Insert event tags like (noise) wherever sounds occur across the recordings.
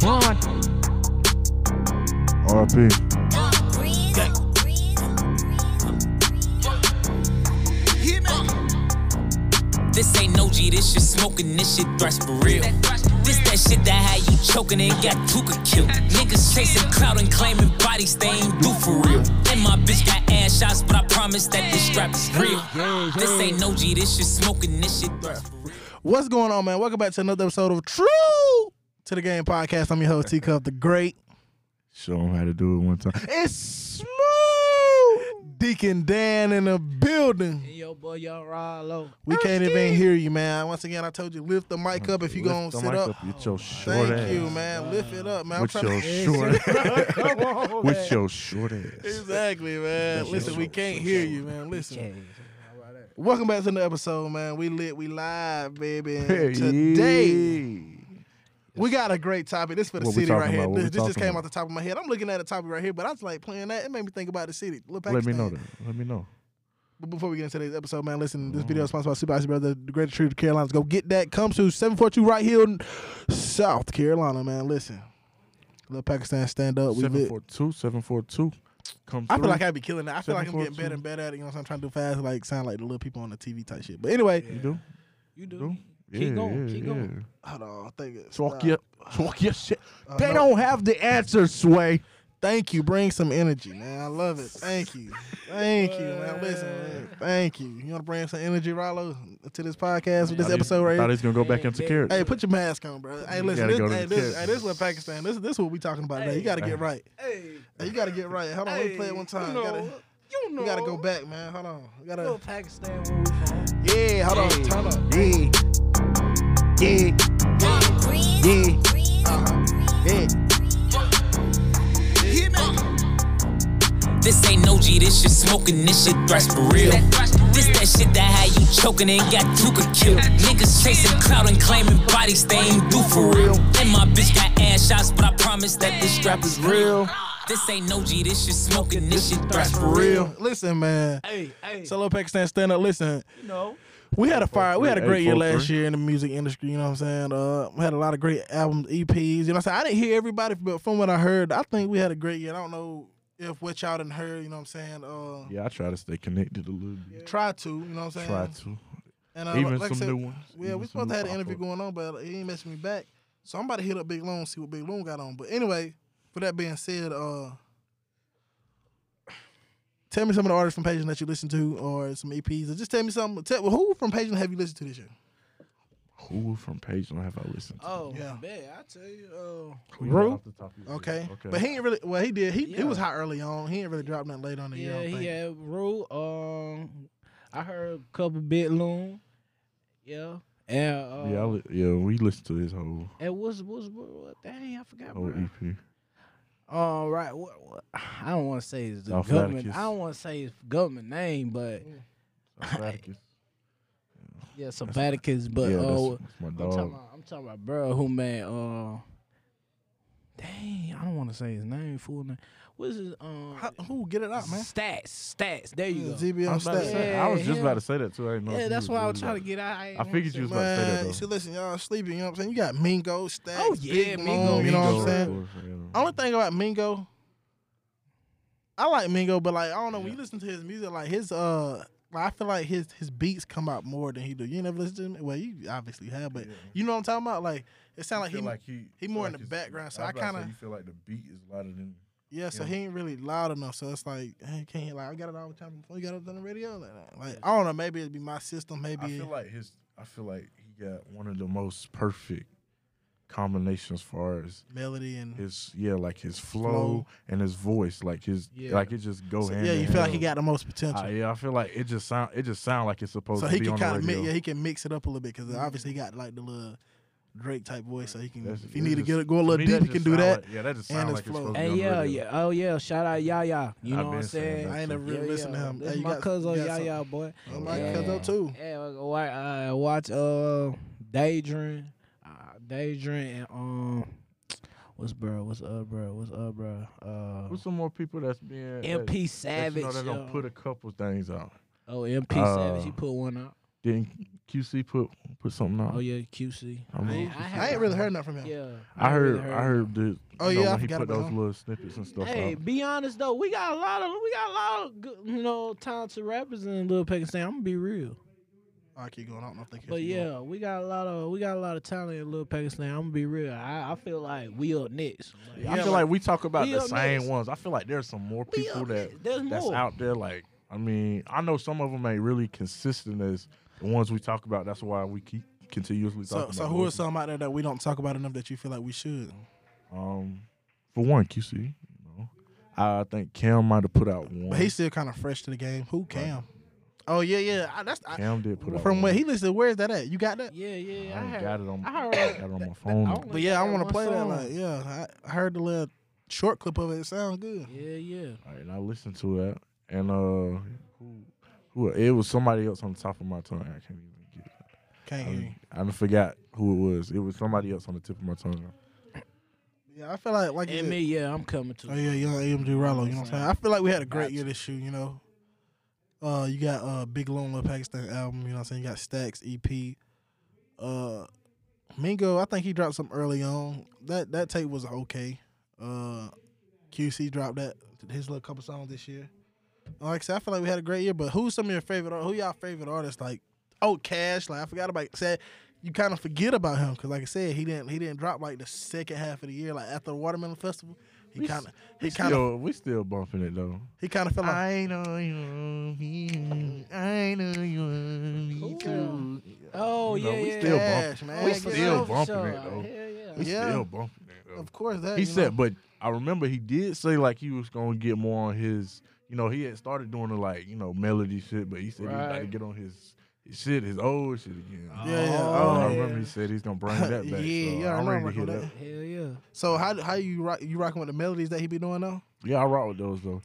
One. RP. This ain't no G, this shit smoking, this shit thrust for real. This that shit that had you choking and got Tuka killed. Niggas chasing clout and claiming bodies they ain't do for real. And my bitch got ass shots, but I promise that this strap is real. This ain't no G, this shit smoking, this shit thrust for real. What's going on, man? Welcome back to another episode of True to the Game Podcast. I'm your host, T Cup the Great. Show him how to do it one time. It's smooth. Deacon Dan in the building. Yo, boy, y'all ride low. We can't even hear you, man. Once again, I told you, lift the mic up if you Lift gonna the sit mic up. With your short Thank ass. you, man. lift it up, man. With I'm your trying (laughs) short Come on, man. With your short ass. (laughs) Exactly, man. That's Listen, your we short, can't short, hear short. you, man. Listen. Welcome back to another episode, man. We lit, we live, baby. And Today, we got a great topic. This for the What we city right talking here. about? What we This, this just talking came about? off the top of my head. I'm looking at the topic right here, but I just like playing that. It made me think about the city. Little Let me Pakistan. know that. Let me know. But before we get into today's episode, man, listen, this Mm-hmm. video is sponsored by Super Icy Brother, the greatest tree of Carolinas. Go get that. Come to 742 Right Hill, South Carolina, man. Listen. Little Pakistan stand up. We Seven lit. four two, seven four two. Come I through. feel like I'd be killing that. I feel like I'm getting 742. better and better at it. You know what I'm trying to do fast, like sound like the little people on the TV type shit. But anyway, You do? You do. Do? Keep yeah, going, Yeah, keep yeah. going. hold on. Thank you. Talk your, talk your shit. Uh, they no. don't have the answer, Sway. Thank you. Bring some energy, man. I love it. Thank you. Thank you, man. Listen, man. Thank you. You want to bring some energy, Rollo, to this podcast with this episode right Thought here? he's gonna go back into character. Hey, put your mask on, bro. Hey, listen, gotta this, go to hey, the this, kid. hey, this is what Pakistan. This, this is what we talking about today. You got to get right. Hey, Hey, you got to get right. Hold on, let me play it one time. You know, gotta, you know. we got to go back, man. Hold on. We Little gotta, Pakistan where we from. yeah, hold on. Hey. Turn up. Yeah. Yeah. Yeah. Uh-huh. Yeah. This ain't no G, this shit smoking, this shit thrust for real. This that shit that had you choking and got Tuka killed. Niggas chasing clout and claiming bodies they ain't do for real. And my bitch got ass shots, but I promise that this strap is real. This ain't no G, this shit smoking, this shit thrust for real. Real. Listen, man. Hey, hey. So, little Pakistan, stand up. Listen, you know. we had a fire. We had a great year 843. last year in the music industry. You know what I'm saying? Uh, we had a lot of great albums, EPs. You know what I'm saying? I didn't hear everybody, but from what I heard, I think we had a great year. I don't know if what y'all done heard. You know what I'm saying? Uh, Yeah, I try to stay connected a little bit. try to. You know what I'm saying? Try to. And uh, Even like I some said, new ones. Yeah, Even we some supposed to new have an interview pop-ups. going on, but he ain't messing me back. So I'm about to hit up Big Loon and see what Big Loon got on. But anyway, with that being said, uh, tell me some of the artists from Paging that you listen to, or some EPs, or just tell me some. Tell, who from Paging have you listened to this year? Who from Page have I listened to? Oh, Yeah. yeah. man, I tell you. Uh, Who you got Rue? off the top of your head? Okay, but he ain't really. Well, he did. He it was hot early on. He ain't really dropped nothing late on the year. I yeah, don't he had think. Rue. Um, I heard a couple Bit Loon. Yeah. And, uh, yeah, I li- yeah, we listened to his whole and what's, what's, what, what, dang, I forgot. whole E. E bro. EP. All right, what, what I don't want to say is the Oh, government. Flaticus. I don't want to say his government name, but Atlanticus. yeah, Sabbaticus. But yeah, oh, that's, that's my I'm talking, dog. about, I'm talking about bro who made uh, dang, I don't want to say his name, full name. What's his um? How- who get it out, man? Stats, stats. There you go. I ZBM was, about to stats. say, I Yeah, was just him. about to say that too. I didn't know if yeah, you that's was why I really was trying to like- get out. I, ain't I wanna figured say you was that. about to say that Man, though. see, listen, y'all sleeping. You know what I'm saying? You got Mingo, Stacks, Oh, yeah, Big Mingo. Loon, You know what I'm Mingo, saying? of course, yeah. Only thing about Mingo, I like Mingo, but like I don't know when you listen to his music, like his uh, I feel like his his beats come out more than he do. You ain't never listen to him? Well, you obviously have, but you know what I'm talking about. Like it sound like he, he, he more in the background, so I kind of feel like the beat is louder than. yeah. So he ain't really loud enough, so it's like hey, can't hear, like I got it all the time before you got it on the radio. Like, that. Like, I don't know, maybe it'd be my system, maybe. it- like his. I feel like he got one of the most perfect combinations for us. Melody and his yeah, like his flow, Flow. and his voice, like his Yeah. like it just go so, hand. yeah, in you feel like he hand. got the most potential. Uh, yeah, I feel like it just sound it just sound like it's supposed So to he be can on the kind of mix, radio. yeah, he can mix it up a little bit Mm-hmm. because obviously he got like the little Drake type voice, so he can That's- if you it need to just- get it, go a to little me, deep, that he can just do sound that. like- yeah, that just and sound his like it's flow. supposed to be Hey, on the yeah, radio. yeah. Oh, yeah. Shout out Yaya. You I know what I'm been saying saying? that. I ain't never really Yeah, listened yeah. to him. That's Hey, you my got- cousin you got Yaya, something. boy. I like yeah. Cuzzo too. Yeah, watch, uh, watch uh, Daydream. Uh, Daydream and, um, what's bro? What's up, bro? What's up, bro? Uh, Who's some more people that's being that- MP that you Savage. know, they're gonna yo. put a couple things out. oh, MP uh, Savage. He put one out. Didn't QC put put something out? Oh yeah, QC. I'm I a- ain't, I I haven't- ain't really heard nothing from him. Yeah. I ain't really heard, I heard the. Oh, you know, yeah, I when he forgot put about those him. little snippets and stuff. Hey, out. be honest though, we got a lot of we got a lot of good, you know talented rappers in Lil Pakistan. I'm gonna be real, I keep going. I don't know if they. catch but me. yeah, we got a lot of we got a lot of talent in Lil Pakistan. I'm gonna be real. I, I feel like we up next. Like, I Yeah, feel like- like we talk about We the up same next. ones. I feel like there's some more We people up that next. There's that's more. out there. Like, I mean, I know some of them ain't really consistent as the ones we talk about. That's why we keep continuously So, talking. so about who are those. some out there that we don't talk about enough that you feel like we should? Um, for one, QC. You know, I think Cam might have put out one. But he's still kind of fresh to the game. Who Cam? Oh yeah, yeah. I, that's I, Cam did put out from one. where he listed. Where is that at? You got that? yeah, yeah. I, I ain't heard. got it on. I heard. got it on my phone. I only But yeah, I got want one to play song. that. Like yeah, I, I heard the little short clip of it. It sounds good. yeah, yeah. All right, and I listened to that, and uh, who, who it was somebody else on the top of my tongue. I can't even get. It. Can't hear. you. I, I forgot who it was. It was somebody else on the tip of my tongue. Yeah, I feel like like you And said- me, yeah, I'm coming to. Oh yeah, young AMG Rollo. You know what I'm saying? I feel like we had a great year this year. You know, uh, you got uh Big Lone Lil Pakistan album. You know what I'm saying? You got Stacks EP. Uh, Mingo, I think he dropped some early on. That that tape was okay. Uh, QC dropped that his little couple songs this year. Like I said, I feel like we had a great year. But who's some of your favorite? ar- Who y'all favorite artists? Like, oh Cash. Like I forgot about said. You kind of forget about him because, like I said, he didn't he didn't drop like the second half of the year. Like after the Watermelon Festival, he We kind of s- he We kind of still, we still bumping it though. he kind of felt like know you want me. I know you want Cool. Oh You know, yeah, we yeah. still yeah. Cash, bumping. man. We Yeah, still yeah, for bumping sure. it though. Hell, yeah. We Yeah. still bumping it though. of course that He you said, know. but I remember he did say like he was gonna get more on his. You know, he had started doing the like you know melody shit, but he said he was about to Right. get on his, his shit, his old shit again. Yeah, yeah. So I Oh, remember he said he's gonna bring (laughs) that back. yeah, so yeah, I I'm ready remember to hear that. that. Hell yeah. So how how you rock, you rocking with the melodies that he be doing though? Yeah, I rock with those though.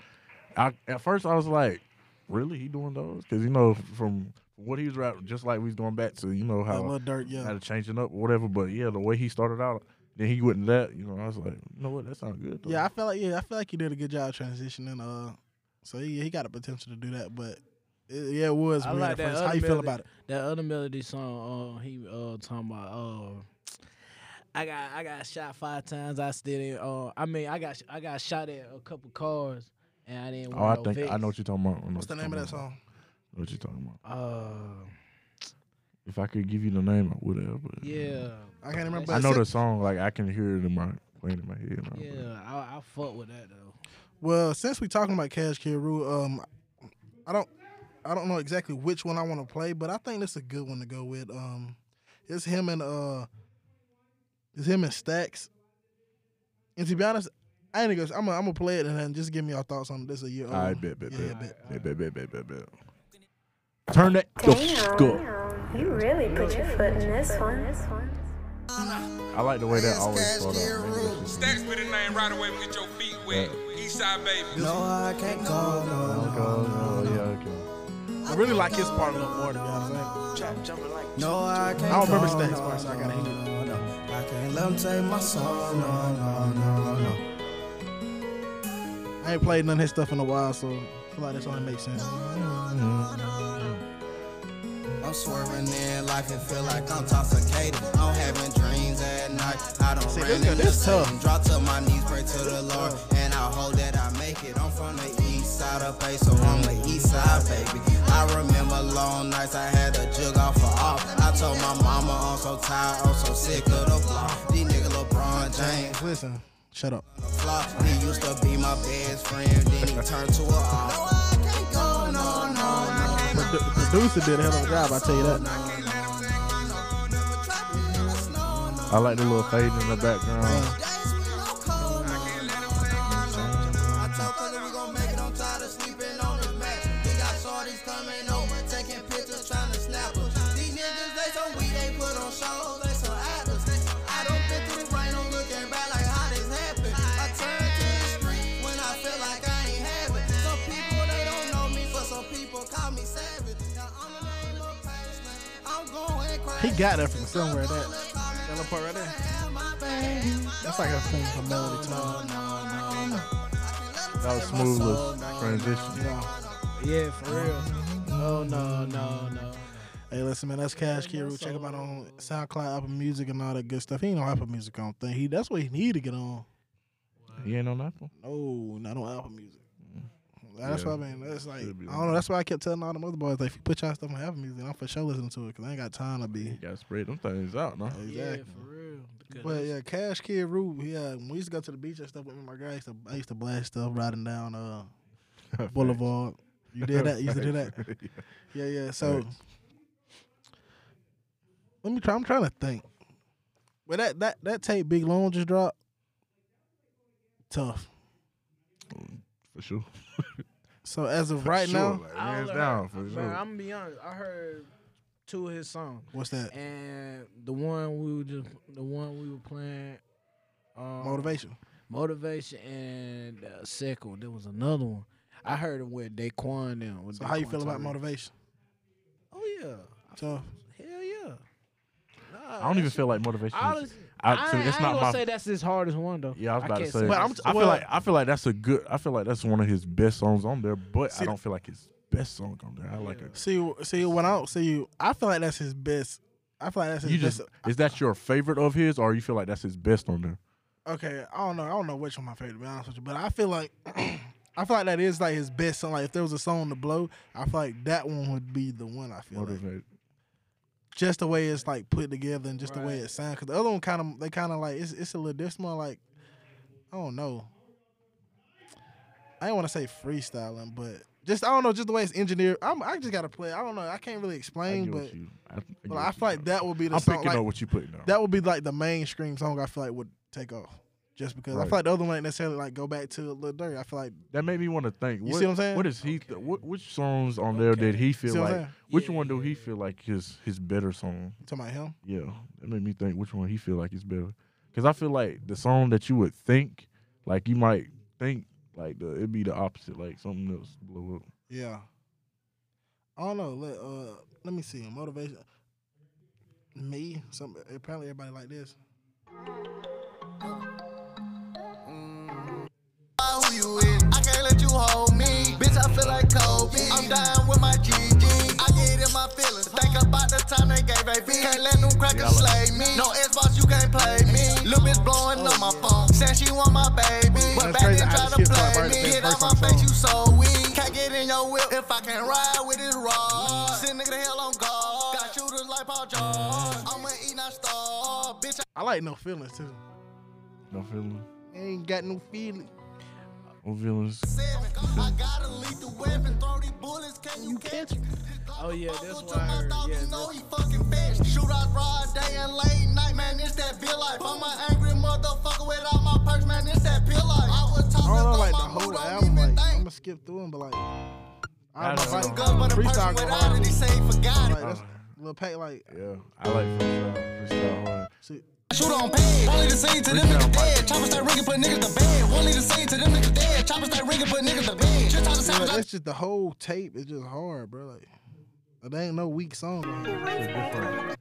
I at first I was like, really, he doing those? Because you know from what he was rapping, just like we was going back to you know That how little dirt, yeah. how to changing up or whatever. But yeah, the way he started out, then he went into that. You know, I was like, you know what, that sounds good. Though. Yeah, I feel like yeah, I feel like he did a good job transitioning. Uh, so he he got the potential to do that, but it, yeah, it was. I weird like at that first. other How you feel melody. about it? That other melody song, uh, he uh talking about uh I got I got shot five times. I still didn't. Uh, I mean, I got I got shot at a couple cars, and I didn't. Oh, want no I think I fix. know what you're talking about. I know What's the what you're name of that talking about. song? I know What you talking about? Uh, If I could give you the name, I would have. But yeah, I can't remember. I but know si- the song. Like I can hear it in my playing in my head. Now, but- yeah. I I fuck with that though. Well, since we talking about Cash Kid Rule, um, I don't, I don't know exactly which one I want to play, but I think this is a good one to go with. Um, it's him and uh, it's him and Stacks. And to be honest, I ain't gonna. I'm gonna I'm gonna play it and then just give me your thoughts on this a year. I old. bet, bet, Oh, Yeah, bet, yeah, bet, bet, bet, bet, bet, bet. Turn that the f- up. You really put your foot in this one. I like the way that always starts out. Stacks with his name right away when you get your feet wet. Eastside baby. oh, I really like his part a little more. To be honest, I, ain't- No, I can't. I don't remember go, Stacks no, part, so I gotta no, hit it. no, no. I can't let 'em take my soul. No, no, no, no. I ain't played none of his stuff in a while, so I feel like this only makes sense. I'm swerving in life and feel like I'm toxicated. I'm having dreams at night. I don't See, See, this ran guy- into this tough. Uh. Satan. Drop to my knees, pray to the Lord, and I hope that I make it. I'm from the east side of Bay, so I'm the east side baby. I remember long nights I had to jug off for off. I told my mama I'm so tired, I'm so sick of the block. These niggas LeBron James. Listen, shut up. flop. He used to be my best friend, then he turned to a op. No, I can't go, no, no, no. But the the producer did a hell of a job. I tell you that. I like the little fade in the background. He got that from somewhere. That, that little part right there. That's like a thing from Melody Tone. That was smooth little transition. Yeah. Yeah, for real. Oh no, no, no. Hey, listen, man, that's Cash Kid. Check him out on SoundCloud, Apple Music, and all that good stuff. He ain't on Apple Music on thing. He that's what he need to get on. He ain't on Apple. No, not on Apple Music. That's Yeah. what I mean. That's like I Should be don't on know. That's why I kept telling all the other boys like, if you put y'all stuff on Apple Music, I'm for sure listening to it because I ain't got time to You be. gotta spread them things out, no? Exactly. Yeah, for real. Because But that's- yeah, Cash Kid Rube, yeah, when we used to go to the beach and stuff with me, and my guy I used to, I used to blast stuff riding down uh Boulevard. You did that? You used to (laughs) do that? (laughs) Yeah, yeah. So Facts. let me try I'm trying to think. But that that that tape Big Long just dropped. Tough. For sure. So as of For right sure, now, like, I hands only down. heard- For man, sure. I'm gonna be honest. I heard two of his songs, what's that? and the one we were just, the one we were playing, um, Motivation. motivation, and uh, second. There was another one. I heard him with Daquan. Them. With So how you Daquan feel about Tyreek. motivation? Oh yeah, Tough. hell yeah. Nah, I don't even feel like motivation. is- Honestly, (laughs) I- I, to- I it's ain't not gonna my- say that's his hardest one though. Yeah, I was about to can't say. But I'm that's- t- I feel well- like I feel like that's a good. I feel like that's one of his best songs on there, but See, I don't feel like his best song on there. I like it. See see when I see you I feel like that's his best I feel like that's his You best just is that your favorite of his, or you feel like that's his best on there? Okay, I don't know. I don't know which one my favorite to be honest with you, but I feel like (clears throat) I feel like that is like his best song. Like if there was a song to blow, I feel like that one would be the one. I feel like. Motivate. just the way it's like put together and just the way Right. it sounds. Cause the other one kind of they kind of like it's it's a little different. More like I don't know. I don't want to say freestyling, but just I don't know. Just the way it's engineered. I'm, I just gotta play. I don't know. I can't really I explain, get but what you. I, I, get but what I you feel like mean. that would be the I'm song. picking like, up what you putting down. that would be like the mainstream song I feel like would take off. Just because I Right. feel like the other one ain't necessarily like go back to Lil Durk. I feel like That made me want to think. You see what I'm saying? What is he? th- what which songs on there did he feel See what I'm like? saying? Which Yeah, one do yeah, he yeah. feel like his his better song? to my him. Yeah, that made me think which one he feel like is better. Cause I feel like the song that you would think, like you might think, like the it'd be the opposite, like something else blow up. Yeah. I don't know. Let uh let me see. Motivation. Me. Some apparently everybody like this. who you with. I can't let you hold me. Bitch, I feel like Kobe. I'm dying with my GG. I get in my feelings. Think about the time they gave a B. Can't let them crackers slay me. No Xbox, you can't play me. Lil' bitch blowing on my phone. Saying she want my baby. But That's back crazy. then I just try to skipped right play right to me. the Get first out my one face, song. you so weak. Can't get in your whip if I can't ride with this rod. Send nigga the hell on guard. Got shooters like Paul George. I'ma eat, not starve. Bitch, I like no feelings too. No feeling, Ain't got no feeling. no feelings. seven. I gotta lead the weapon, throw these bullets, can you catch me? Oh yeah, that's why I heard. Yeah, You that's- know he fucking fetch. Shoot out broad day and late night, man. It's that bill life. I'm an angry motherfucker without my purse, man. It's that bill life. I was talking I don't know about like the my mood, whole don't album. even Like think. I'ma skip through them, but like I I don't know, don't like know. Good, but a person freestyle go without hard. it, he say he forgot it. Like that's Lil Pac like Yeah, I like freestyle. Freestyle hard. see, Shoot on pad. Won't leave the scene to them Freestyle niggas Mike. dead. Choppers start rigging, put niggas to bed. Won't leave the scene to them niggas dead. Choppers start rigging, put niggas to bed. Just talk to yeah, sound like that's just the whole tape is just hard, bro. Like there ain't no weak song.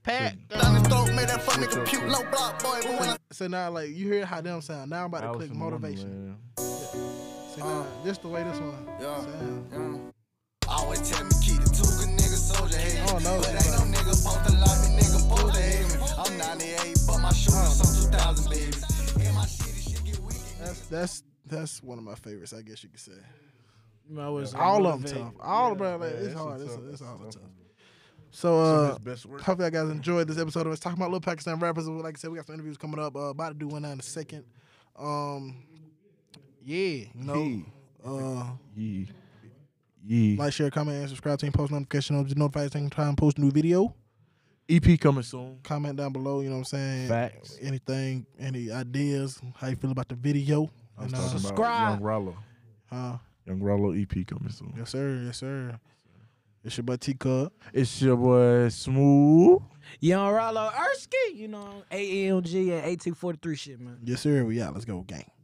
pack. Down his throat, made that fuck nigga puke. Low block, boy. But when I So now like you hear how them sound. Now I'm about to Alice click in motivation. Wonderland. See now, just the way this one. sound. Always tell me keep the Tuga nigga soldier head. I don't know, But ain't no nigga supposed to like me, nigga supposed to hate me. I'm 98, but my shooters some 2000 babies. And my shit is shit get weak. That's that's that's one of my favorites, I guess you could say. You know, it's All of them motivate. tough. All of them, like, yeah, it's that's hard. a It's, tough- it's that's a all tough tough. one. So Some of uh, his best work. hopefully, you guys enjoyed this episode of us talking about little Pakistan rappers. Like I said, we got some interviews coming up. Uh, about to do one now in a second. Um, yeah, you know, uh, Yee. Yee. like, share, comment, and subscribe to and post notification. Just notify us every time I post a new video. EP E coming soon. Comment down below. You know what I'm saying? Facts. Anything, any ideas? How you feel about the video? I'm And, uh, talking subscribe. about Young Rollo. uh, Young Rollo EP coming soon. yes sir, yes sir. It's your boy T Cub. It's your boy Smooth. Young Rollo Erskine, you know, AMG and 1843 shit, man. Yes sir, we out. Let's go, gang.